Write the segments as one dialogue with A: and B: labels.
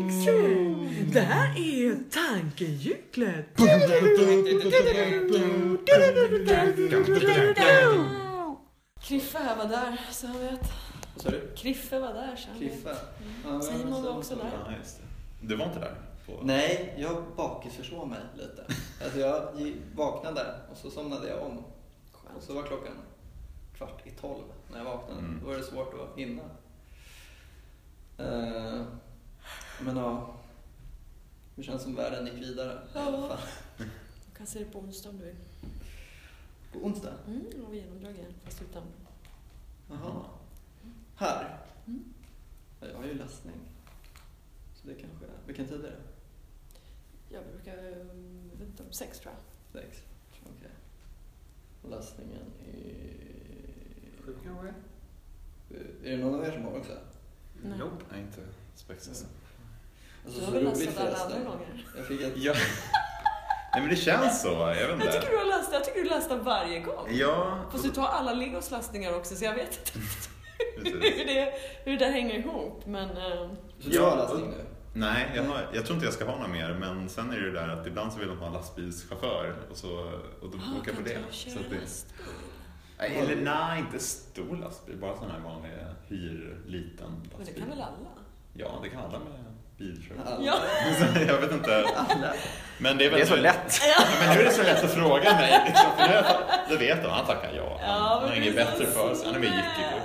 A: Tju! Det här är tankehjulet.
B: Kriffe här var där, så han vet.
C: Vad sa du?
B: Kriffe var där, så han vet.
C: Kliffa? Ja, men
B: Mm. Simon
C: alltså,
B: var också där.
C: ja.
D: Ja, just det. Du var inte där? På...
C: Nej, jag bakisförsov mig lite. Alltså jag gi- vaknade och så somnade jag om. Och så var klockan kvart i tolv när jag vaknade.
D: Mm.
C: Då var det svårt att vara inne. Eh, men ja, det känns som världen gick vidare i alla
B: Ja.
C: fall.
B: Du kan se det på onsdag om du vill.
C: På onsdag?
B: Mm, och genomdrag igen, fast utan.
C: Jaha. Här?
B: Mm.
C: Ja, Jag har ju lastning. Så det kanske... Vilken tid är det?
B: Jag brukar, um, jag vet inte, om sex tror jag.
C: Sex? Okej. Och Lastningen är...
D: Sju kanske?
C: Eh, Är det någon av er som har också?
E: Mm.
B: Nej.
D: Nope. Nej, inte spexigt.
C: Alltså,
B: Du
C: så
B: har väl
C: roligt
B: läst alla
C: förresten.
B: andra gånger?
C: Jag fick ett...
D: Ja. Nej, men det känns så. Jag vet
B: Jag tycker
D: inte.
B: du har läst, jag tycker du läst den varje gång.
D: Ja,
B: Fast du tar alla Legos lastningar också, så jag vet inte
D: precis.
B: hur det, hur det hänger ihop. Men eh,
C: Så du
D: Ja.
C: har lastning nu?
D: Nej, jag, har, jag tror inte jag ska ha några mer. Men sen är det ju det där att ibland så vill de ha en lastbilschaufför och, så, och då
B: ah,
D: åker jag på
B: kan inte
D: det.
B: jag
D: Så
B: köra
D: att det
B: lastbil?
D: nej, eller nej, inte stor lastbil. Bara sån här vanlig hyr, liten
B: Men det
D: lastbil.
B: kan väl alla?
D: Ja, det kan alla med bilkörkort.
C: Alla.
B: Ja.
D: jag vet inte.
C: Alla.
D: Men det är, väl
E: Det är så lätt.
D: Ja, Men nu är det så lätt att fråga mig. Liksom, för nu, då vet de, han tackar ja. Han,
B: Ja,
D: han
B: men
D: har inget
B: precis.
D: bättre för sig. Han är med i Jickigruppen.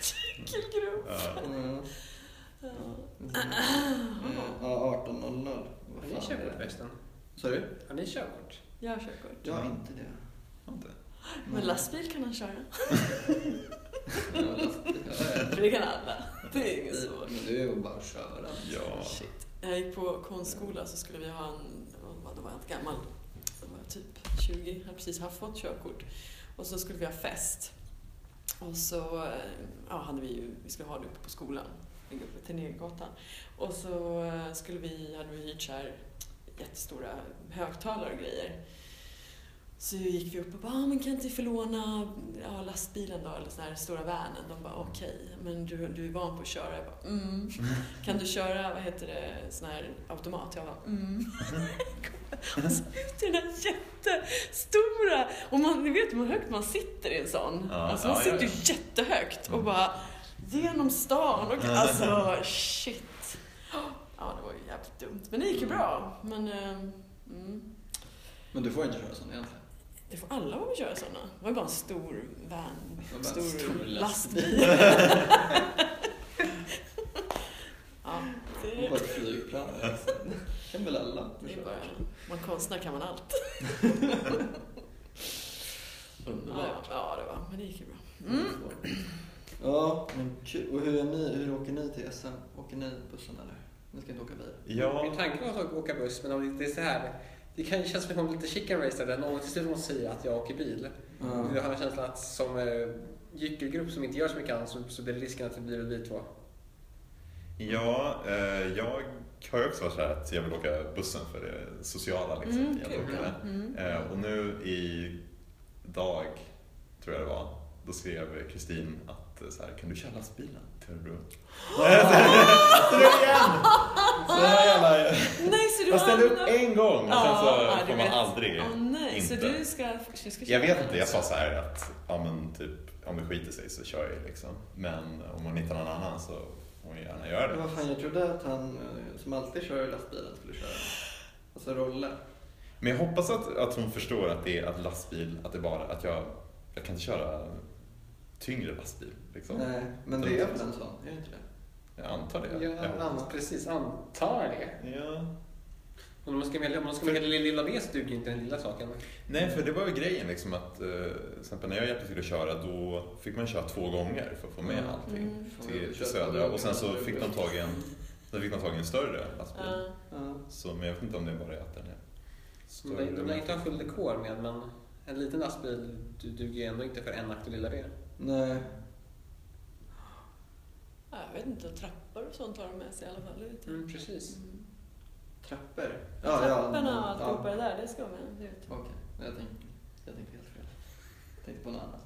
B: Cykelgrop.
D: Ja.
C: Mm.
B: Ja.
C: Mm. Ja, 18.00.
E: Har
C: Vad
E: ni
C: fan är
E: körkort
C: det?
E: förresten?
C: Sa du?
E: Har ni körkort?
B: Jag har körkort.
C: Jag har inte det.
D: Har inte. Mm.
C: Mm.
B: Men lastbil kan han köra.
C: Jag har lastning. Ja, ja.
B: För det kan alla. Det är inget svårt.
C: Men det är ju bara att köra.
D: Ja.
B: Shit. Jag gick på konstskola så skulle vi ha en, vad- då var jag inte gammal, då var jag typ 20, hade precis haft fått körkort. Och så skulle vi ha fest. Och så eh, ja, hade vi ju, vi skulle ha det uppe på skolan, ligga uppe på Tegnérgatan. Och så eh, skulle vi, hade vi hyrt så här jättestora högtalare och grejer. Så gick vi upp och bara, ah, men kan inte vi få låna ja, lastbilen då, eller så här stora vanen? De bara, okej, men du, du är van på att köra. Jag bara, mm. Kan du köra, vad heter det, sån här automat? Jag bara, mm. Och så ut i den där jättestora, och man, ni vet hur högt man sitter i en sån.
D: Ja,
B: alltså man
D: ja,
B: sitter ju
D: ja,
B: jättehögt och
D: Mm.
B: bara genom stan och alltså shit. Ja, det var ju jävligt dumt. Men det gick ju bra. Men eh, mm.
C: Men du får inte köra sån egentligen.
B: det får alla vara med och köra sådana. Det var ju bara en stor van,
C: Det var bara
B: stor,
C: en stor
B: lastbil. ja,
C: Det är
B: det,
C: bara ett flygplan. kan väl alla
B: det är
C: köra.
B: bara, man konstnär kan man allt. Ja,
C: Underbart.
B: ja, det var, men det gick ju bra. Mm.
C: Ja, men kul. Och hur, är ni, hur åker ni till SM? Åker ni bussen eller? Ni ska inte åka bil?
D: Ja.
E: Min tanke var att åka buss, men om det är så här. Det kan kännas som en lite chicken race där någon till slut måste säga att jag åker bil.
C: Ja.
E: Jag har en känsla att som eh, gyckelgrupp som inte gör så mycket annat så, så blir det risken att det blir vi två.
D: Ja, eh, jag har ju också varit så här att jag vill åka bussen för det sociala. Liksom,
B: Mm,
D: i att
B: kul.
D: åka med.
B: Mm.
D: Eh, och nu i dag, tror jag det var, då skrev Kristin att eh, så här, kan du köra lastbilen till Örebro? Så det var igen! Så här jävla...
B: Nej, så du
D: Jag ställde upp
B: hamnar-
D: en gång och sen
B: Ja, ja,
D: så
B: du
D: får man
B: vet.
D: aldrig
B: Åh nej, så
D: inte.
B: du ska, du ska
D: Jag
B: köra
D: vet
B: den
D: inte, jag sa
B: också.
D: så här att ja, men typ, om det skiter sig så kör jag liksom. Men om man hittar någon annan så får man gärna göra
C: Men
D: det.
C: vad fan, jag trodde att han eh, som alltid kör i lastbilen skulle köra. Alltså Rolle.
D: Men jag hoppas att, att hon förstår att det är att lastbil, att det bara att jag, jag kan inte köra tyngre lastbil. Liksom.
C: Nej, men det är väl en sån? Är det inte det?
D: Jag antar det.
E: Jag
D: hoppas.
E: an, precis, antar det.
D: Ja.
E: Om man ska välja, om man ska välja det lilla det så duger inte den lilla saken.
D: Nej, för det var ju grejen liksom att eh, till exempel när jag hjälpte till att köra då fick man köra två gånger för att få med
C: Mm.
D: allting
B: Mm.
C: Får vi
D: till,
C: köpa
D: till Södra
C: någon
D: och sen så
C: annan
D: fick de
C: buss?
D: tag i en, då fick de tag i en större lastbil.
B: Ja.
C: Ja.
D: Så, men jag vet inte om det bara är att den är
E: De lär- de lär inte ha full dekor med, men en liten lastbil du, duger ju ändå inte för en aktuell lilla V.
C: Nej.
B: Ja, Jag vet inte, trappor och sånt har de med sig i alla fall. Ut.
E: Mm, precis.
C: Trappor?
B: Trapporna och
C: ja.
B: alltihopa det där, det ska vara med. Ut.
C: Okej, jag tänkte, jag tänkte helt fel. Jag tänkte på något annat.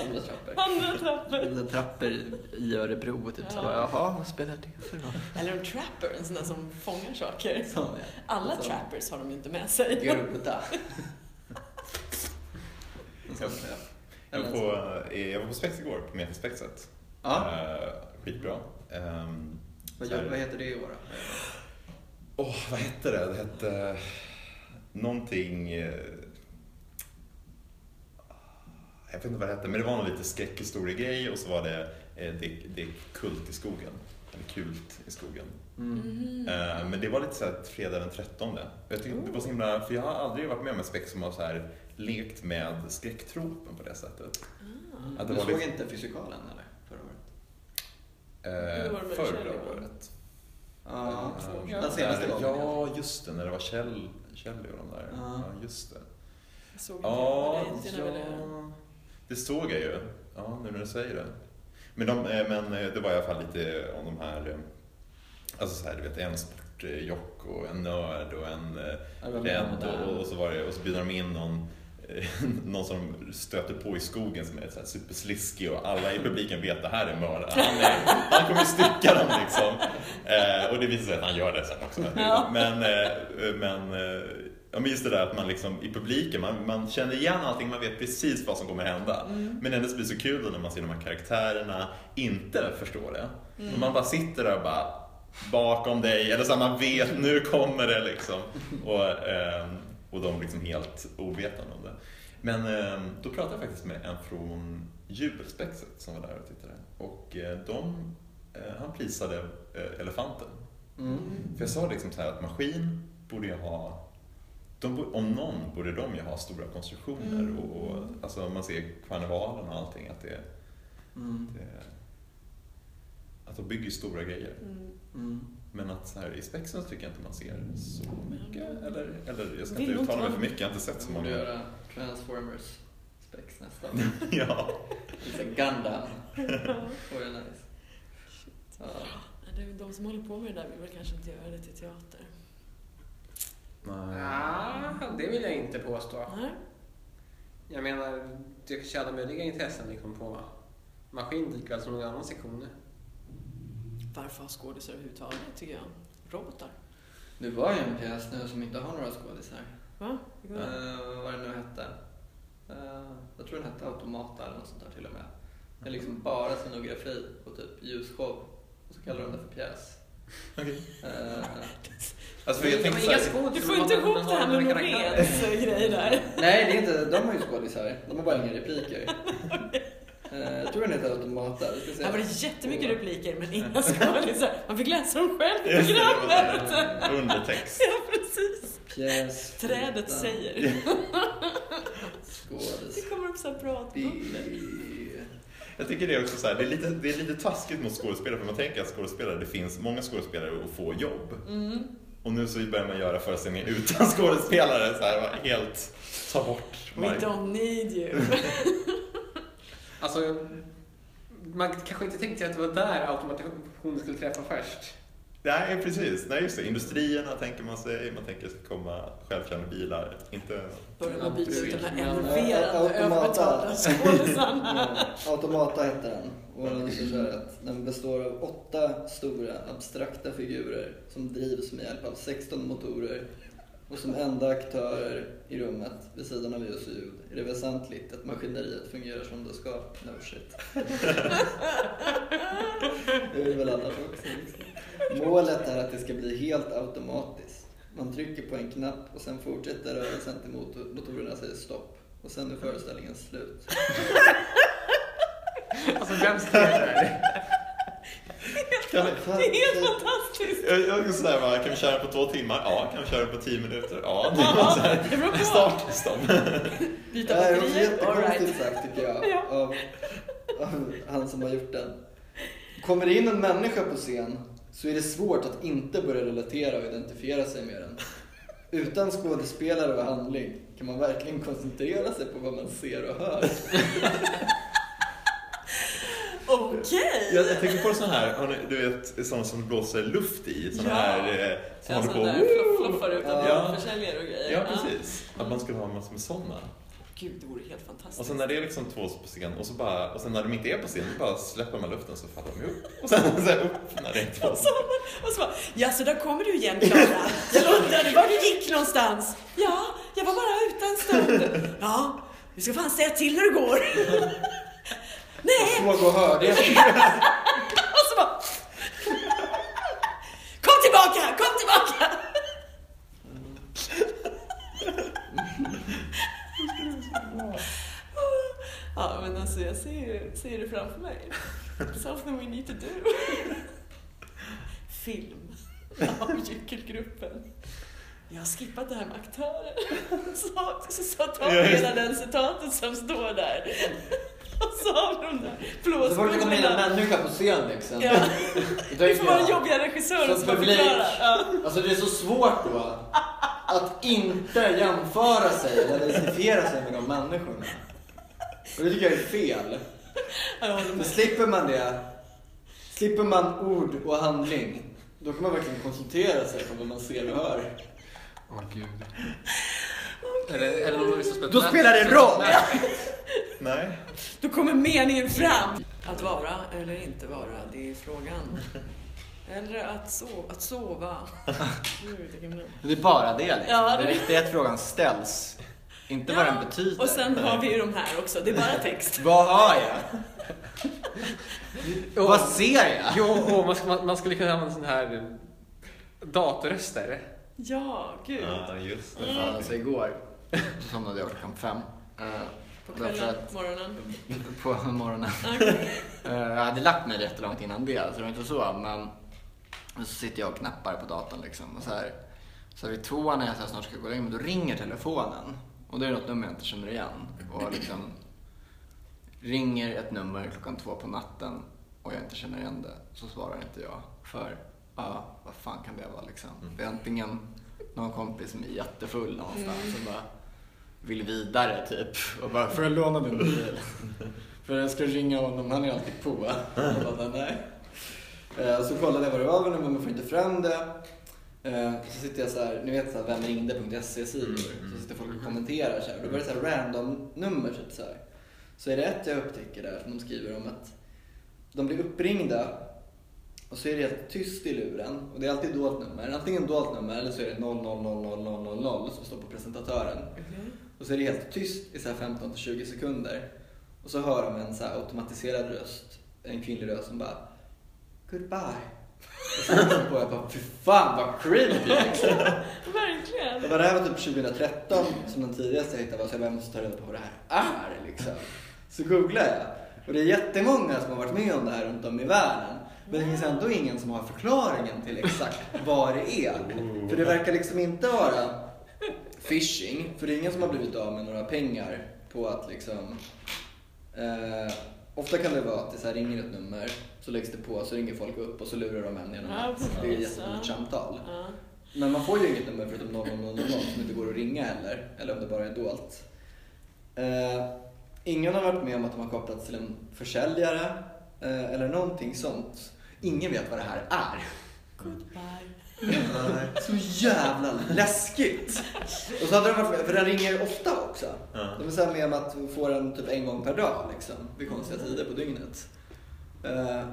C: Andra trappor.
B: Andra trappor.
C: Mina trappor i Örebro och typ så bara, jaha, vad spelar det för roll?
B: Eller en trapper, en sån där som fångar saker.
C: Sån ja.
B: Alla
C: Alltså,
B: trappers har de ju inte med sig.
C: Garuda. En sån, ja.
D: Jag
C: Eller
D: var
C: en
D: på,
C: sån.
D: eh, jag var på spex igår, på Metaspexet.
C: Ja,
D: Eh, skitbra. Ehm,
C: vad,
D: så här-
C: gör, vad heter det i år då?
D: Åh, vad hette det? Det hette eh, någonting... eh, Jag vet inte vad det hette, men det var någon lite skräckhistoriegrej och så var det eh, det, det är Kult i skogen. Eller Kult i skogen.
C: Mm.
B: Mhm.
D: Eh, Men det var lite så här fredag den 13. Jag tyckte det var så himla, för jag har aldrig varit med om en spex som har så här lekt med skräcktropen på det sättet.
B: Ah.
D: Att det
C: Du
D: var
C: såg
D: lite,
C: inte fysikalen eller? Förra året?
B: Hur var det
D: eh,
B: med
D: förra
B: Kjell då?
D: året.
C: Ja,
D: Ehm,
B: Ja.
C: den senaste
D: där-
C: gången.
D: Ja, just det, när det var Kjell, Kjell och de där.
C: Ja.
D: Ja, just det.
B: Jag såg inte
D: Ja,
B: det. Det är väl det.
D: ja. Det såg jag ju. Ja, nu när du säger det. Men, de, eh, men eh, det var i alla fall lite om de här, eh, alltså så här, du vet en sportjock och en nörd och en eh,
C: Ja, det var med
D: rädd
C: där.
D: och, och så var det, och så bjuder de in någon eh, någon som stöter på i skogen som är så här supersliskig och alla i publiken vet det här är mördaren. Han, är- han kommer stycka dem liksom. Eh, och det visar sig att han gör det sen också.
B: Ja.
D: Men, eh, men, eh, ja, men just det där att man liksom i publiken, man, man känner igen allting, man vet precis vad som kommer hända.
C: Mm.
D: Men ändå så blir det så kul då när man ser de här karaktärerna inte förstår det. Och Man bara sitter där och bara bakom dig, eller så här, man vet nu kommer det liksom. Och, ehm, och de liksom helt ovetande om det. Men ehm, då pratade jag faktiskt med en från Jubelspexet som var där och tittade. Och eh, de, eh, han prisade eh, elefanten.
C: Mm.
D: För jag sa liksom så här att maskin borde ju ha, de, bo- om någon borde de ju ha stora konstruktioner
B: Mm.
D: och, och alltså man ser karnevalen och allting att det,
C: Mm.
D: det att de bygger stora grejer.
B: Mm.
C: Mm.
D: Men att så här, i spexen så tycker jag inte man ser så mycket. Eller, eller jag ska
B: Vill
D: inte
B: nog Mm.
D: uttala mig
B: ta-
D: för mycket, jag har inte sett
C: Jag
D: så
C: borde
D: många.
C: göra Transformers spex nästa.
D: ja.
C: Lite Gundam. Vore nice. Ja.
B: Nej, det är väl De som håller på med det där vill väl kanske inte göra det till teater.
E: Ah, det vill jag inte påstå.
B: Nej.
E: Jag menar, det kanske är alla möjliga intressen liksom på maskin likväl som någon annan sektion.
B: Varför ha skådisar överhuvudtaget, tycker jag? Robotar.
C: Det var ju en pjäs nu som inte har några skådisar.
B: Va?
C: Mm. vad det nu hette. Eh, jag tror den hette Automata eller något sånt där till och med. Det är liksom bara scenografi och typ ljusshow. Och så kallar de det för pjäs.
D: Okej.
C: Eh,
D: Alltså för jag tänkte
E: Inga
D: såhär,
E: skådisar,
B: Du får inte
E: men-
B: ihop
E: men-
B: det här med
E: men- men-
B: Noréns grej där.
C: nej, det är inte, de har ju skådisar. De har bara inga repliker. Eh, jag tror den heter Automata. Vi ska se.
B: Här var det jättemycket repliker, men inga skådisar. Man fick läsa dem själv i
D: Just det, det var
B: programmet.
D: så här, undertext.
B: Ja, precis.
C: Pjäs.
B: Trädet
C: utan
B: säger.
C: Skådis.
B: Det kommer upp så här
D: Mm.
B: pratbubblor.
D: Jag tycker det är också så här, det är lite, det är lite taskigt mot skådespelare för man tänker att skådespelare, det finns många skådespelare och få jobb.
B: Mm.
D: Och nu så börjar man göra föreställningar utan skådespelare så här, va, helt ta bort.
B: We don't need you.
E: Alltså, man kanske inte tänkte att det var där automationen skulle träffa först.
D: Nej, precis. Nej, just det. Industrierna tänker man sig, man tänker sig komma självkärande bilar. Inte...
B: Börjar man byta ut den här
D: Mm.
E: Men,
B: enerverande,
C: eh, automata.
B: överbetalda skådisarna.
C: Ja, Automata heter den. Och den, är så här att den består av åtta stora abstrakta figurer som drivs med hjälp av 16 motorer. Och som enda aktörer i rummet, vid sidan av ljus och ljud, är det väsentligt att maskineriet fungerar som det ska. No shit. det är väl annars också. liksom. Målet är att det ska bli helt automatiskt. Man trycker på en knapp och sen fortsätter rörelsen till motor- motorerna säger stopp. Och sen är föreställningen slut.
E: Alltså, vem skrev det här?
D: Kan vi...
C: Fan,
B: Det är helt
C: shit.
B: fantastiskt.
D: Jag, jag är sådär, va, kan vi köra på två timmar? Ja. Kan vi köra på tio minuter? Ja. Det var så
B: Ja,
D: här,
B: det beror på.
D: start, stopp.
B: Byta
C: Det här är också
B: batterier,
C: jättekonstigt
B: alright.
C: sagt tycker jag
B: Ja.
C: av, av han som har gjort den. Kommer det in en människa på scen så är det svårt att inte börja relatera och identifiera sig med den. Utan skådespelare och handling kan man verkligen koncentrera sig på vad man ser och hör.
B: Okej.
D: Jag, jag tänker på sådana här, har ni- du vet, sådana som blåser luft i. Sådana
B: Ja.
D: här eh, som
B: En
D: håller
B: sån
D: på
B: där fluff- fluffar
D: Ja.
B: utan försäljare och grejer.
D: Ja,
B: Ja.
D: precis. Att man skulle ha massor med sådana.
B: Gud, det vore helt fantastiskt.
D: Och sen när det är liksom två på scen och, så bara, och sen när de inte är på scen, så bara släpper man luften så faller de upp. Och sen så här upp när det är två.
B: Och så, och så bara, ja så där kommer du igen Klara. Jag undrade var du gick någonstans. Ja, jag var bara ute en stund. Ja, du ska fan säga till när du går. Nej,
E: Såg och hörde jag.
B: och så bara. Kom tillbaka, kom tillbaka. Ja, men alltså jag ser ju ser det framför mig. Something we need to do. Film av gyckelgruppen. Jag har skippat det här med aktörer. Så, så, så tar vi hela den citatet som står där. Och så har de där
C: Så fort det kommer in liksom en
B: blåsbulorna.
C: människa på scen liksom.
B: Ja,
C: då
B: det
C: tänker
B: får vara
C: jag,
B: den jobbiga regissören
C: Som
B: som får
C: publik.
B: förklara. Ja.
C: Alltså det är så svårt då att inte jämföra sig eller identifiera sig med de människorna. Och det tycker jag är fel.
B: Ja, Jag håller
C: För
B: med.
C: slipper man det, slipper man ord och handling, då kan man verkligen koncentrera sig på vad man ser och hör.
E: Åh gud. Eller, eller någon som spelar
C: Då spelar det roll!
D: Nej.
B: Då kommer meningen fram. Att vara eller inte vara, det är frågan. Eller att sova. Att sova. Gud, det kan bli-
C: Det är bara det liksom.
B: Ja, det-
C: Det viktiga är att frågan ställs, inte vad den betyder.
B: Och sen har vi ju de här också, det är bara text.
C: Vad har jag? Vad ser jag?
E: Jo, åh, man, ska- man, man skulle kunna använda sån här eh, datorröster.
B: Ja, gud.
D: Ja, just
B: Mm.
D: det.
C: Fan, alltså igår så somnade jag klockan fem. Eh,
B: På
C: därför
B: kvällen,
C: att
B: morgonen.
C: på morgonen. Eh, jag hade lagt mig jättelångt innan det, så det var inte så. Men så sitter jag och knappar på datorn liksom. Och så här, så här vid tvåan när jag så här snart ska gå och lägga mig, då ringer telefonen. Och då är det något nummer jag inte känner igen. Och liksom ringer ett nummer klockan två på natten och jag inte känner igen det, så svarar inte jag. För, ja, vad fan kan det vara liksom? Det är antingen någon kompis som är jättefull någonstans och bara vill vidare typ. Och bara, får jag låna din mobil? För jag ska ringa honom, han är alltid på. Jag bara, nej. Eh, Så kollade jag vad det var för nummer, men får inte fram det. Eh, Så sitter jag så här, ni vet så här, vem ringde.se-sidor. E Så sitter folk och kommenterar så här. Då var det så här random nummer typ så här. Så är det ett jag upptäcker där som de skriver om att de blir uppringda och så är det helt tyst i luren och det är alltid dolt nummer. Antingen dolt nummer eller så är det 000000 som står på presentatören.
B: Mm.
C: Och så är det helt tyst i så här 15 till 20 sekunder. Och så hör de en så här automatiserad röst, en kvinnlig röst som bara Goodbye. Och så kom jag på jag bara, fy fan vad creepy liksom. Det
B: Verkligen.
C: var det här var typ 2013 som den tidigaste jag hittade var så jag bara, jag måste ta reda på vad det här är liksom. Så googlade jag. Och det är jättemånga som har varit med om det här runt om i världen. Men det finns ändå ingen som har förklaringen till exakt vad det är. För det verkar liksom inte vara phishing. För det är ingen som har blivit av med några pengar på att liksom Eh, ofta kan det vara att det så här ringer ett nummer, så läggs det på, så ringer folk upp och så lurar de en genom
B: Ja,
C: att det är ett
B: precis,
C: jättedyrt
B: ja.
C: samtal.
B: Ja.
C: Men man får ju inget nummer förutom 0000 som inte går att ringa heller, eller om det bara är dolt. Eh, ingen har varit med om att de har kopplats till en försäljare eh, eller någonting sånt. Ingen vet vad det här är.
B: Goodbye.
C: Så jävla läskigt! Och så hade de varit med, för den ringer ju ofta också.
D: Ja.
C: De är så här med om att vi får den typ en gång per dag liksom, vid konstiga tider på dygnet. Eh,
B: Det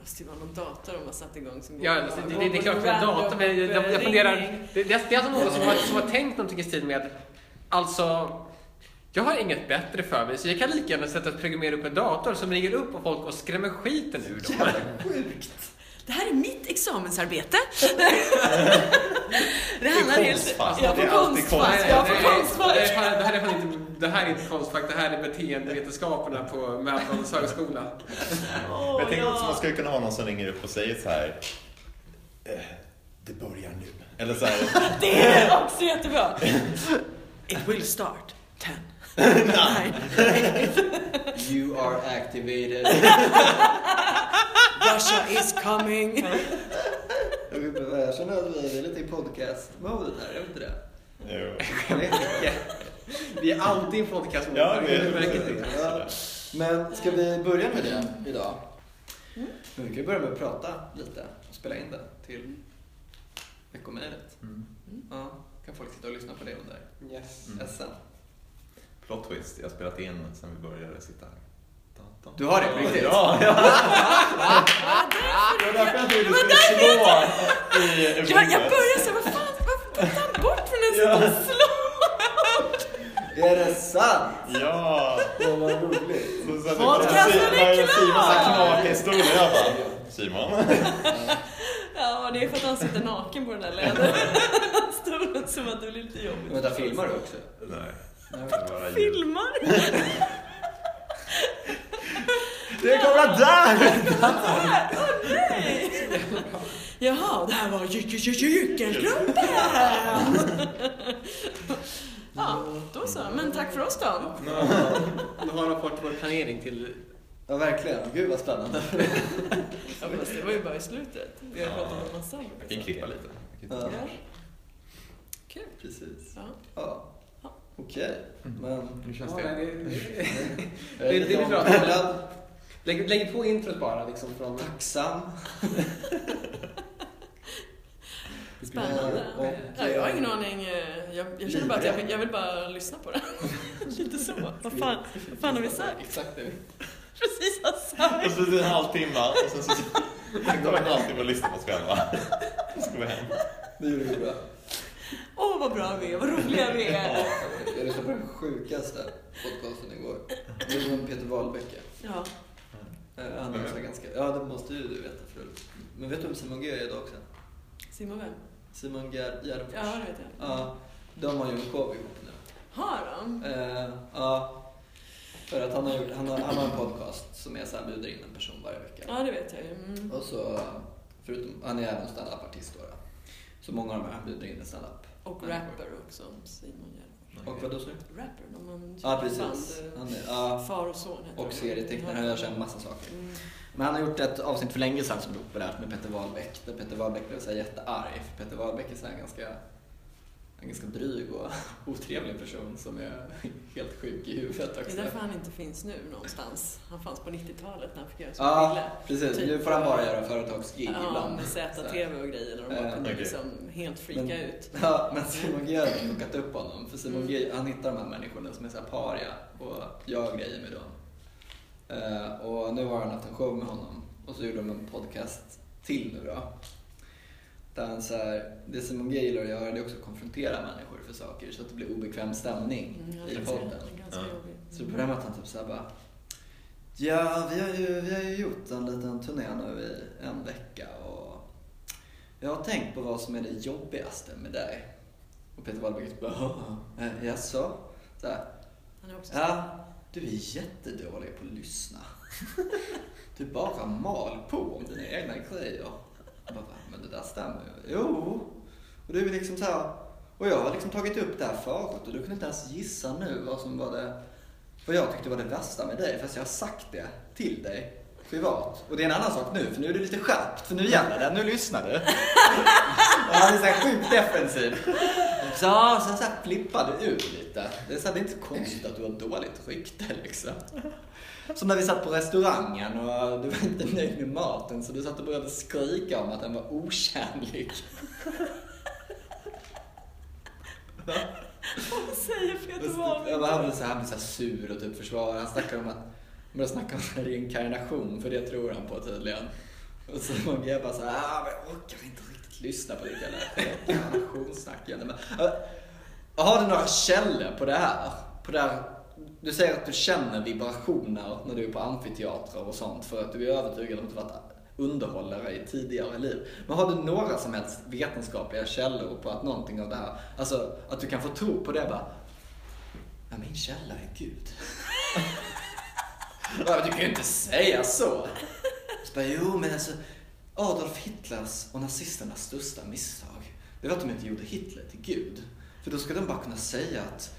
B: måste ju vara någon dator de har satt igång som
E: Ja, det, det, det, det är klart det är en dator, men jag, jag, jag funderar. Det, det, är- det är alltså någon som har, som har tänkt någonting i stil med alltså jag har inget bättre för mig så jag kan lika gärna sätta ett programmera upp en dator som ringer upp på folk och skrämmer skiten ur dem.
C: sjukt!
B: Det här är mitt examensarbete. det handlar
D: Det är
B: helt...
D: Konstfack.
B: Ja,
D: Det
B: på
D: är alltid
B: Konstfack.
D: Konstfack.
B: Ja,
E: det,
B: på
E: det,
B: Konstfack.
E: det, här- det här är fan inte, det här är inte konstfack, det här är beteendevetenskaperna på Mälardalens högskola.
B: Åh,
D: Jag tänker
B: ja.
D: också att man skulle kunna ha någon som ringer upp och säger så här. "Eh, Det börjar nu. Eller så här.
B: Det är också jättebra. It will start 10. Nine.
C: You are activated.
B: Russia is coming.
C: Jag vill bara- jag känner att vi är lite i podcast-modet här, är vi inte det?
D: Jo.
C: Det är mycket.
E: Vi är alltid en podcast mot
D: Ja, det
E: varandra,
D: är
E: det märker ni.
C: Ja. Men ska vi börja med det idag? Men vi kan ju börja med att prata lite och spela in det till veckomejlet.
D: Mm.
E: Mm.
C: Ja, kan folk sitta och lyssna på det under
E: Yes.
C: SM.
D: Plot twist, jag har spelat in sen vi började sitta här. Dun, dun.
E: Du har det på riktigt?
D: Ja, ja. Det var därför jag inte ville slå i
B: Jag, jag börjar säga, vad fan, varför puttar han bort från en
D: Ja.
B: sån slå?
C: Är det sant?
D: Ja!
C: Åh, vad roligt.
D: Så sen
B: Podcast
D: när
B: med Niklas!
D: Simon sa knarkhistoria, jag bara Simon?
B: Ja, det är för att han sitter naken på den där läderstolen som att det blir lite jobbigt.
C: Vänta, filmar du också?
D: Nej.
C: Nej.
D: det var ju-
B: Filmar?
D: Det kommer där!
B: Nej! Jaha, det här var gyckelgruppen! Ja, då så. Men tack för oss då.
E: Nu har de fått vår planering till...
C: Ja, verkligen. Gud vad spännande.
B: Ja, fast det var ju bara i slutet. Vi har pratat om massa
D: Jag kan klippa lite. Jag kan
C: Ja.
D: klippa.
B: Ja. Kul.
C: Precis.
B: Ja.
C: Ja. Okej. Men...
D: Hur känns
E: Ja,
D: det?
E: nej, det-
C: Jag är
E: Det- det är
C: lite
E: bra.
C: avkopplad,
E: Lägg, lägg på introt bara liksom från...
C: tacksam.
B: Spännande.
C: Och,
B: Ja, jag har ingen aning. eh, Jag, jag känner bara att jag vill, jag vill bara lyssna på det. Lite så. Vad fan, vad fan har vi sagt?
E: Exakt det.
B: Precis har sagt.
D: Och så blir det en halvtimme och sen så sen tar vi en halvtimme och lyssnar på oss själva. Så ska vi hem.
C: Det gjorde vi bra.
B: Åh, vad bra vi är. Vad roliga vi är.
C: Jag lyssnade på den sjukaste podcasten igår. Det var med Peter Wahlbecke.
B: Ja.
C: Eh, Han är också ganska... Ja, det måste ju du veta förut. Men vet du vem Simon G är idag också?
B: Simon vem?
C: Simon Gär- Gärdenfors.
B: Ja, det vet jag.
C: Ja, de har ju en show ihop nu.
B: Har de?
C: Eh, Ja, för att han har, gjort, han, har, han har en podcast som är så här, bjuder in en person varje vecka.
B: Ja, det vet jag ju. Mm.
C: Och så, förutom, han är även standup-artist då. då. Så många av de här han bjuder in är standup.
B: Och rapper också. Simon Gärdenfors.
C: Och vad då sa du?
B: Rapper, de har en eh,
C: Ja, precis. Han är, ja,
B: Far och son heter
C: och
B: de.
C: serietecknare, han gör så en massa saker.
B: Mm.
C: Men han har gjort ett avsnitt för länge sedan som blev populärt med Peter Wahlbeck. Där Peter Wahlbeck blev så här jättearg. För Peter Wahlbeck är så här ganska, en ganska dryg och otrevlig person som är helt sjuk i huvudet
B: Det är
C: också.
B: därför han inte finns nu någonstans. Han fanns på 90-talet när han fick göra som han ville.
C: Ja, precis. Nu får han bara göra företagsgig
B: typ Ja,
C: ibland.
B: med ZTV och grejer. Och de bara
C: Eh,
B: kunde
D: okej.
B: liksom helt freaka
C: Men-
B: ut.
C: Ja, men Simon G har plockat upp honom. För Simon
B: Mm.
C: G, han hittar de här människorna som är så här paria och gör grejer med dem. Eh, och nu har han haft en show med honom och så gjorde de en podcast till nu då. Där han så här, det Simon G gillar att göra det är också att konfrontera människor för saker så att det blir obekväm stämning
B: Mm, jag
C: i
B: tycker
C: podden.
B: det är ganska
D: Ja.
B: jobbigt. Mm.
C: Så det börjar med att han typ såhär bara Ja, vi har, ju, vi har ju gjort en liten turné nu i en vecka och jag har tänkt på vad som är det jobbigaste med dig. Och Peter Wahlberg typ bara "Haha, eh, jaså? Så här,
B: Han är också
C: ja, du är jättedålig på att lyssna. Du bara mal på om dina egna grejer. Jag bara, "Va? men det där stämmer ju. Jo. Och du är liksom så här, och jag har liksom tagit upp det här förut och du kunde inte ens gissa nu vad som var det, vad jag tyckte var det värsta med dig fast jag har sagt det till dig privat. Och det är en annan sak nu för nu är du lite skärpt för nu gäller det, nu lyssnar du. Och han är så här sjukt defensiv. Så, så han så här flippade ur lite. Det är, så här, det är inte konstigt att du har dåligt rykte liksom. Som när vi satt på restaurangen och du var inte nöjd med maten så du satt och började skrika om att den var otjänlig.
B: Vad säger Peter
C: Jag bara,
B: Wahlberg?
C: han blev typ, så, han blev så här sur och typ försvarade. Han snackade om att han började snacka om så här reinkarnation för det tror han på tydligen. Och så var jag bara så här, ah, men jag orkar inte riktigt lyssna på ditt jävla reinkarnationssnack. igen." Men, äh, Har du några källor på det här? På det här? Du säger att du känner vibrationer när du är på amfiteatrar och sånt för att du är övertygad om att du varit underhållare i tidigare liv. Men har du några som helst vetenskapliga källor på att någonting av det här, alltså att du kan få tro på det bara, Ja, min källa är Gud. ja, men du kan ju inte säga så. så bara, jo, men alltså Adolf Hitlers och nazisternas största misstag, det var att de inte gjorde Hitler till Gud. För då skulle de bara kunna säga att,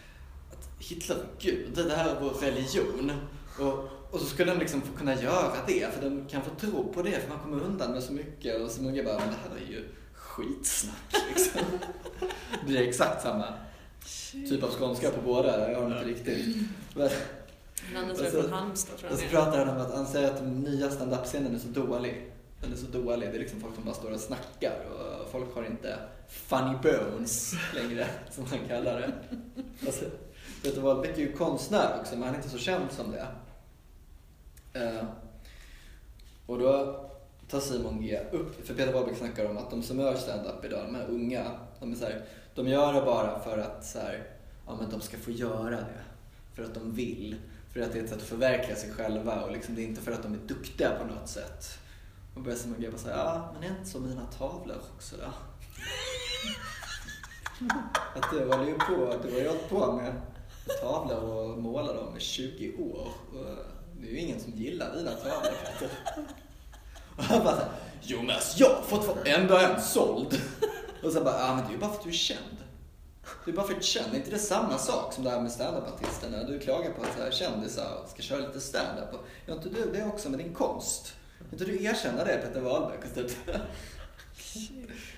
C: att Hitler är Gud, det här är vår religion. Och, och så skulle de liksom få kunna göra det, för de kan få tro på det, för man kommer undan med så mycket. Och så många bara, men det här är ju skitsnack liksom. det är exakt samma typ av skånska på båda. Jag har inte riktigt. Men,
B: Den andra tror jag
C: Och så-
B: är från Halmstad tror
C: och
B: jag
C: så
B: han är.
C: Alltså, pratar han om att han säger att den nya standup-scenen är så dålig. Den är så dålig. Det är liksom folk som bara står och snackar och folk har inte funny bones längre, som han kallar det. Alltså, Peter Wahlbeck är ju konstnär också, men han är inte så känd som det. Eh, och då tar Simon G upp, för Peter Wahlbeck snackar om att de som gör stand-up idag, de här unga, de, är så här, de gör det bara för att så här, ja, men de ska få göra det. För att de vill. För att det är ett sätt att förverkliga sig själva och liksom, det är inte för att de är duktiga på något sätt. Och börjar Simon G bara säga, ja "Ah, men är inte som mina tavlor också då? Att det var ju på, det var jag hållit på med tavlor och målade dem i 20 år. Och eh, Det är ju ingen som gillar dina tavlor Peter. Och han bara såhär, jo men alltså jag har fått varenda en såld. Och så bara, ja men det är ju bara för att du är känd. Det är bara för att du är känd. Det är inte det samma sak som det här med standup-artisterna. Du klagar på att så här, kändisar ska köra lite standup. Och, Gör inte du det också med din konst? Kan inte du erkänna det Peter Wahlberg? Och så typ-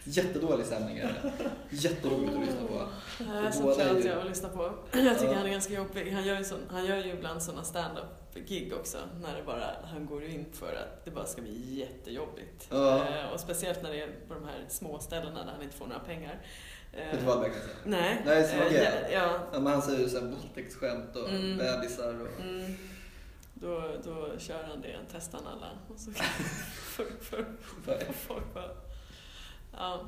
C: Jättedålig stämning är det. Jätteroligt att lyssna på.
B: Nej,
C: Båda
B: sånt
C: är
B: Eh, känns
C: ju-
B: jag att lyssna på. Jag tycker
C: Ja.
B: han är ganska jobbig. Han gör ju, sån, han gör ju ibland såna stand-up-gig också. När det bara, han går ju in för att det bara ska bli jättejobbigt.
C: Ja.
B: Eh, och speciellt när det är på de här små ställena där han inte får några pengar. Eh,
C: Peter Wahlberg kan jag säga.
B: Nej.
C: Nej, som
B: Eh,
C: var gay.
B: ja, ja.
C: Ja, men han säger ju såhär våldtäktsskämt och
B: Mm.
C: bebisar och...
B: Mm. Då, då kör han det, testar han alla. Och så för, för, för folk bara... Ja.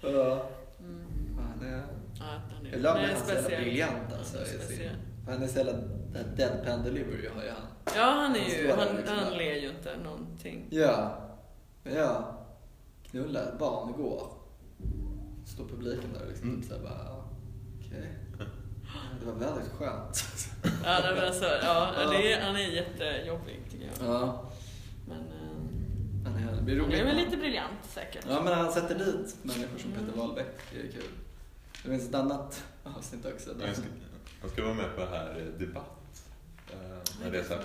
C: Ja.
B: Mm.
C: Han är,
B: ja han är,
C: ibland
B: han
C: är
B: är
C: han så jävla
B: speciell.
C: briljant alltså.
B: Han
C: i
B: är
C: sin-
B: speciell.
C: Han är så jävla den deadpan delivery har ju han.
B: Ja, han är
C: Han står
B: ju,
C: där
B: han,
C: liksom.
B: han ler ju inte någonting.
C: Ja. Ja. Knulla barn går. Står publiken där och liksom
D: Mm.
C: så här bara, ja, okej. Det var väldigt skönt.
B: Ja, nej, men alltså, ja,
C: Ja.
B: det är, han är jättejobbig tycker jag.
C: Ja.
B: Men eh,
C: Men det här blir roligt.
B: han är väl lite briljant säkert.
C: Ja, men han sätter dit människor som
B: Mm.
C: Peter Wahlbeck. Det är kul. Det finns ett annat avsnitt också.
D: Jag ska, jag ska vara med på det här eh, Debatt. Eh, när det är så här,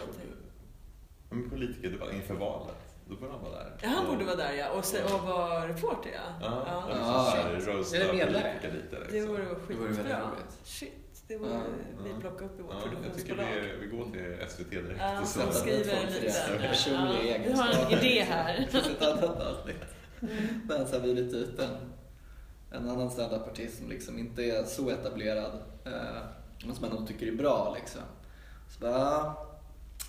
D: ja, men politikerdebatt inför valet. Då borde han vara där.
B: Ja, han borde
D: Och-
B: vara där ja, och, se, och vara reporter ja.
D: Ja, ja.
B: Ja.
D: liksom så här,
E: Är
D: roasta
E: det medlare?
D: politiker lite. Liksom.
B: Det vore
C: Det vore väldigt
B: skitbra.
C: roligt.
B: Shit, det borde
C: Ja,
D: ja.
B: vi plocka upp i vårt
D: Ja, jag tycker
B: produktionsbolag.
D: vi, vi går till SVT direkt.
B: Ja,
D: och
B: så
D: så.
C: skriv-
B: skriver en
C: Folk för det.
B: liten... eh,
C: Personliga
B: ja, Vi har en
C: egenskaper.
B: idé här. Mm.
C: Det finns ett annat avsnitt. Där han så här bjudit ut en, en annan standup-artist som liksom inte är så etablerad. Eh, men som ändå tycker är bra liksom. Så bara, "Ja,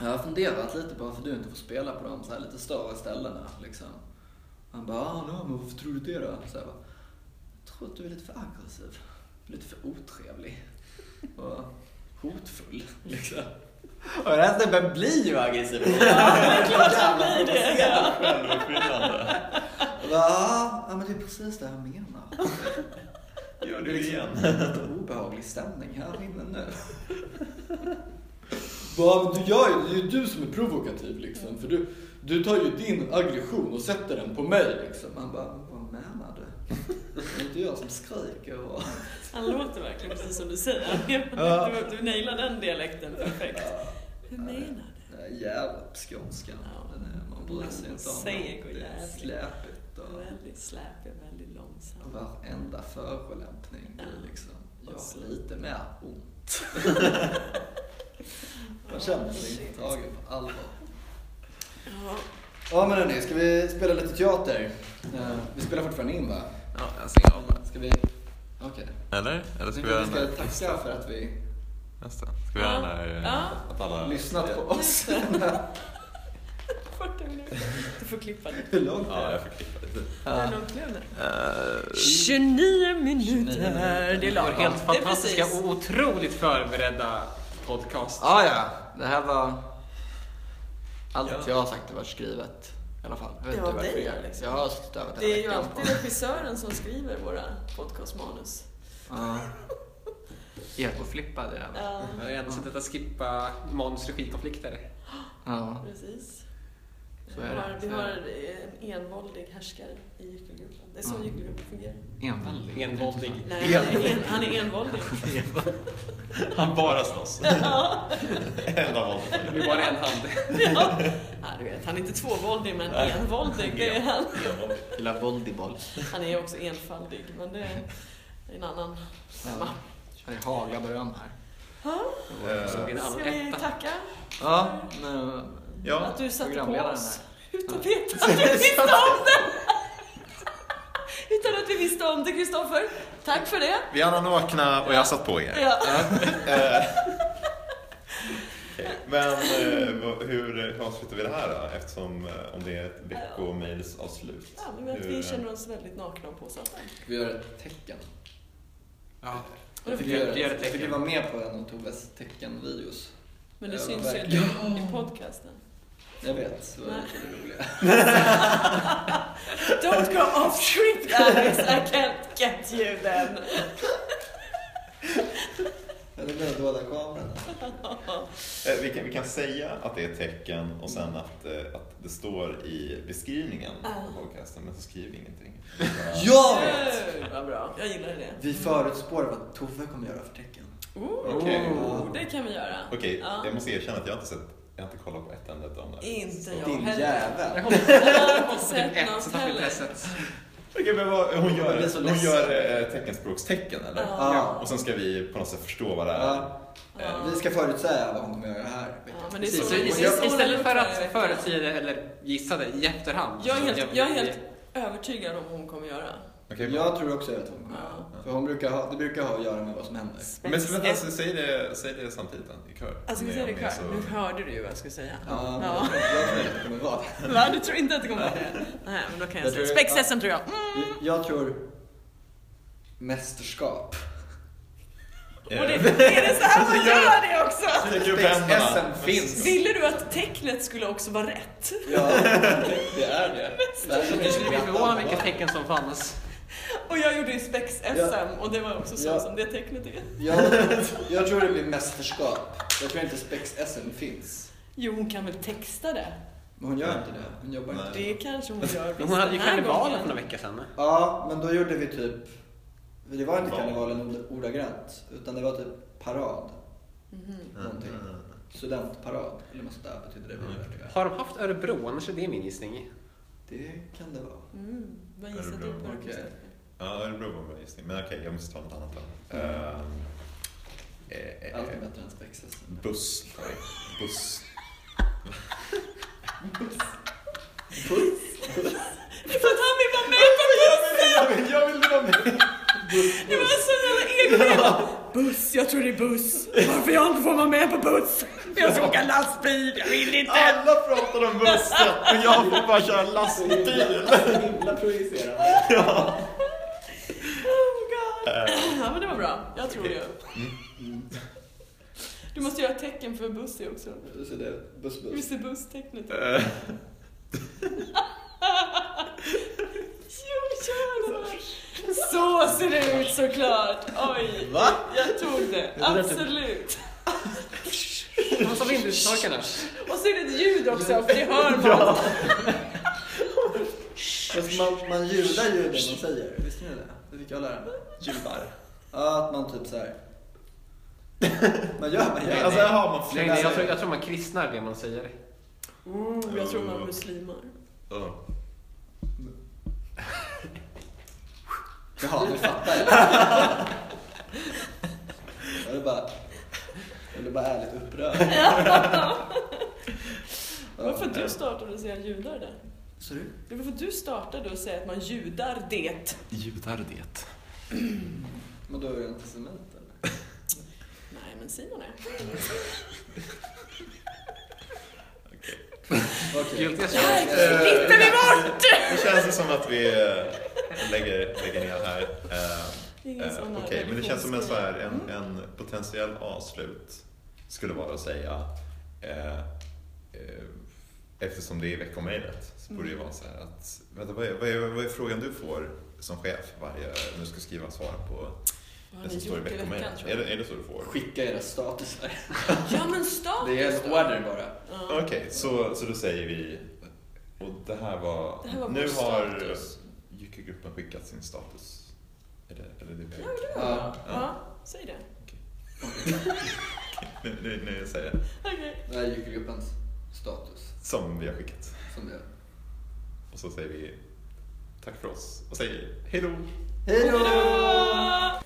C: jag har funderat lite på varför du inte får spela på de så här lite större ställena. Liksom. Han bara, ah, no, men varför tror du det då? Så jag, bara, jag tror att du är lite för aggressiv. Lite för otrevlig. Och hotfull. Liksom. Och den här snubben blir ju aggressiv.
B: Nej, det- ja.
D: Självuppfyllande.
C: Och bara, "Ah, "Ja, ja, men det är precis det jag menar.
D: Gör
C: Det är
D: du det
C: liksom
D: igen?
C: lite obehaglig stämning här inne nu. Ja, men du gör ju, det är ju du som är provokativ liksom. För du, du tar ju din aggression och sätter den på mig liksom. Man bara, vad menar du? Det är inte jag som skriker och...
B: Han låter verkligen precis som du säger. Du, du nailar den dialekten perfekt. Hur menar du?
C: Den här jävla skånskan. Den är, man bryr sig inte om
B: Seg
C: den.
B: och
C: Det är
B: jävlig.
C: släpigt och
B: Väldigt släpig, väldigt långsam.
C: varenda förolämpning blir liksom, gör lite mer ont. Man känner sig
B: Shit.
C: tagen på allvar.
B: Ja,
C: Ja men hörni, ska vi spela lite teater? Eh, Vi spelar fortfarande in va?
E: Ja, jag stänger av
C: Ska vi... Okej.
D: Eller? Eller
C: Jag
D: ska
C: tänkte
D: vi göra
C: att
D: den
C: vi
D: här?
C: ska tacka för att vi
D: Nästa. Ska vi göra den här? eh,
B: Ja.
D: Att alla...
C: lyssnat på oss.
B: fart över nu. Du får klippa det.
C: Hur långt
D: Ja,
C: är
D: jag
C: det?
D: får klippa lite.
B: Hur långt blev det?
E: Uh,
B: 29
C: minuter.
E: det
B: Det
E: är vår
B: är lagom.
E: helt
B: Det är
E: fantastiska
B: precis.
E: och otroligt förberedda podcast.
C: Ah, ja, det här var allt
D: Ja.
C: jag har sagt det var skrivet. I alla fall. Jag vet
B: Det
C: inte
B: var
C: varför
B: dig,
C: jag,
B: liksom.
C: jag har suttit över
B: Det är ju
C: hela veckan
B: alltid
C: på-
B: regissören som skriver våra podcastmanus.
C: Ja. Ekoflippade det där.
B: Ja,
E: Det är enda sättet att skippa Måns regikonflikter.
C: Ja.
B: precis.
C: Så är det.
B: Vi har- Vi
C: Så är
B: har en envåldig härskare i gyckelgruppen. Det är så
C: Ja.
B: gyckelgruppen fungerar.
C: Enväldig.
E: Envåldig.
B: Nej, han är, en, han är envåldig.
D: Han bara slåss. Enda våldet.
E: Det blir bara en hand.
B: Ja. Ja, du vet, han är inte tvåvåldig, men
D: Nej.
B: envåldig, det är han.
C: Gillar volleyboll.
B: Han är också enfaldig, men det är en annan femma.
C: Kör i Hagaberöm här.
B: Ja,
D: Eh,
E: Som blir en
B: Ska
E: annan
B: vi
E: etta.
B: tacka
C: Ja, nu...
D: Ja.
B: att du satte på
C: programledaren
B: oss
C: här.
B: utan att veta att vi visste om det? Utan att vi vi visste om det, Kristoffer. Tack för det.
D: Vi är alla nakna och jag satt på er.
B: Ja.
D: Okej, Men eh, vad- hur, hur avslutar vi det här då? Eftersom eh, om det är ett veckomejlsavslut.
B: Ja, men att
D: Hur,
B: vi
D: eh,
B: känner oss väldigt nakna och påsatta.
C: Vi gör ett tecken.
E: Ja.
B: Och det
C: Jag
E: Vi
B: får-
E: gör-
C: tycker
E: vi gör ett
C: jag tycker
E: tecken.
C: du var med på en av Toves teckenvideos.
B: Men det
C: Ja,
B: syns ju inte
C: verkligen.
B: i podcasten.
C: Jag vet, det var
B: Nej.
C: det roliga.
B: Don't go off script Alice, I can't get you then.
C: Men det blev dåliga kameran.
D: eh, Vi kan, vi kan säga att det är ett tecken och sen att, eh, att det står i beskrivningen
B: Ah.
D: på podcasten, men så skriv ingenting. Bara-
C: Jag vet!
E: Vad bra.
B: Jag gillar det.
C: Vi förutspår vad Tove kommer göra för tecken.
B: Ooh,
D: Okej.
B: Oh. det kan vi göra.
D: Okej,
B: Ja.
D: jag måste erkänna att jag har inte sett, jag har inte kollat på ett enda utav dem. där.
B: Inte jag
C: Din
B: heller.
E: Jag
C: jävel.
E: hoppas
B: Jag
E: jag
B: har
E: hoppas
B: inte
E: på typ
B: sett
E: ett,
B: något
E: så tappar vi
B: heller.
E: presset.
D: Okej, men vad, hon
C: Jag blir så
D: gör, hon
C: ledsen.
D: gör eh, teckenspråkstecken eller?
C: Ja.
D: Och sen ska vi på något sätt förstå vad det är.
C: Ja,
B: Ja.
C: vi ska förutsäga vad hon kommer göra här.
B: Ja, men det är
E: Precis,
B: så,
E: så
B: det är
E: ist-
B: så
E: istället för
B: det
E: att
B: brukar vara.
E: förutsäga det eller gissa det i efterhand.
B: Jag är
E: så
B: helt, jag är helt övertygad om vad hon kommer göra.
D: Okej,
C: Jag tror också att hon kommer göra.
B: Ja.
C: För hon brukar ha, det brukar ha att göra med vad som händer.
D: men vänta, alltså, säg, det, säg det samtidigt då, i kör.
B: Jag Alltså, ska
D: Om
B: säga
D: är-
B: det
D: om är
B: klart.
D: så-
B: Nu hörde du ju vad jag skulle säga.
C: Ja, men
B: Ja.
C: Jag tror att det kommer vara.
B: Va? Du tror inte att det kommer vara det? Nej, men då kan jag,
C: Jag
B: säga
C: tror-
B: spexhästen tror jag.
C: Jag tror mästerskap.
D: Eh,
B: Mm. Och det, är det så här man
D: Alltså,
B: gör
D: jag-
B: det också?
D: jag tycker vännerna-
C: SM finns.
B: Ville du att tecknet skulle också vara rätt?
C: Ja, det är det. Det här
E: Jag skulle bli förvånad vilka tecken som fanns.
B: Och jag gjorde ju spex-SM
C: Ja.
B: och det var också så
C: Ja.
B: som det tecknet är.
C: Jag, jag tror det blir mästerskap. Jag tror inte spex-SM finns.
B: Jo, hon kan väl texta det?
C: Men hon gör inte det. Hon jobbar
D: Nej.
C: inte.
B: Det kanske hon gör
E: Men
B: visst
E: hon hade ju
B: den här
E: karnevalen för
B: gången.
E: några veckor sedan.
C: Ja, men då gjorde vi typ... Det var inte
D: Val.
C: karnevalen ordagrant, utan det var typ parad.
B: Mhm.
C: Någonting. Studentparad, eller något sånt där betyder det.
D: Mm.
C: väl.
E: Har de haft Örebro? Annars är det min gissning.
C: Det kan det vara.
B: Mm, vad
D: Är det
B: gissade
D: bra?
B: du på då,
C: Okej.
B: Kristoffer?
D: Ja, Örebro var en bra gissning. Men okej, jag måste ta något annat då. Eh, eh, eh,
C: Mm. Allt är bättre än spex-SM.
D: Buss. nej, Buss.
B: För att han vill vara med på bussen!
D: Jag vill, jag vill vara med!
B: Det var så jävla egoistiskt. Buss, jag tror det är buss. Varför jag inte får vara med på buss? Jag ska åka lastbil, jag vill inte.
D: Alla pratar om bussen och jag får bara köra lastbil.
C: Så himla projicerande.
B: Oh god. Ja men det var bra, jag tror det. Du måste göra tecken för Bussi också.
C: Så det är buss, buss.
B: Visst är busstecknet?
D: Eh,
B: Jo, kör den här. Så ser det ut såklart. Oj,
C: Va?
B: jag tog det.
E: Jag tror att det-
B: Absolut.
E: Det var som vindrutetorkarna.
B: Och så är det ett ljud också, för det hör man.
C: Fast man, man ljudar ju det man säger. Visste ni det? Det fick jag lära mig.
D: Judar.
C: Ja, att man typ så här. Man gör, man gör.
D: Alltså, här har man
E: Nej, nej, jag tror, jag tror man kristnar det man säger.
B: Oh, jag tror man är muslimer.
D: Ja.
C: Jaha, nu fattar jag. Jag blev bara, jag blev bara ärligt upprörd.
B: Varför du startade och säga judar där?
C: Så du?
B: Det var för att du startade och säga att man judar det.
D: Judar det.
C: Men då är du antisemit eller?
B: Nej, men Simon är.
C: Okej. Eh,
E: Guilty as
B: Där
E: charged.
B: klipper vi bort!
D: Nu känns det som att vi eh, lägger, lägger ner här. Eh,
B: Ingen
D: eh,
B: sån
D: Okej,
B: här
D: men det känns som en, så här, en,
B: Mm.
D: en potentiell avslut skulle vara att säga eh, eh, eftersom det är veckomejlet så borde det
B: Mm.
D: ju vara så här att vänta, vad, är, vad, är, vad är frågan du får som chef varje, när du ska skriva svar på
B: Vad har
D: det som
B: ni
D: står i
B: gjort i veckan,
D: veckomejlet?
B: tror
D: Är,
B: jag.
D: det- är det så du får?
C: Skicka era statusar.
B: Ja, men status
C: Det är en
B: då.
C: order bara.
B: Ja.
D: Okej, så, så då säger vi och det här var,
B: Det här var
D: nu
B: vår
D: har
B: status.
D: Jycke-gruppen skickat sin status. Är det, eller det
B: Ja,
D: är
B: men det var
C: Ja.
B: bra.
D: Ja.
B: Ja, säg det.
D: Nu, nu, nu säger jag
B: Okej.
C: Det här är gruppens status.
D: som vi har skickat.
C: Som det.
D: Och så säger vi tack för oss och säger hej då!
C: Hej
B: Hejdå!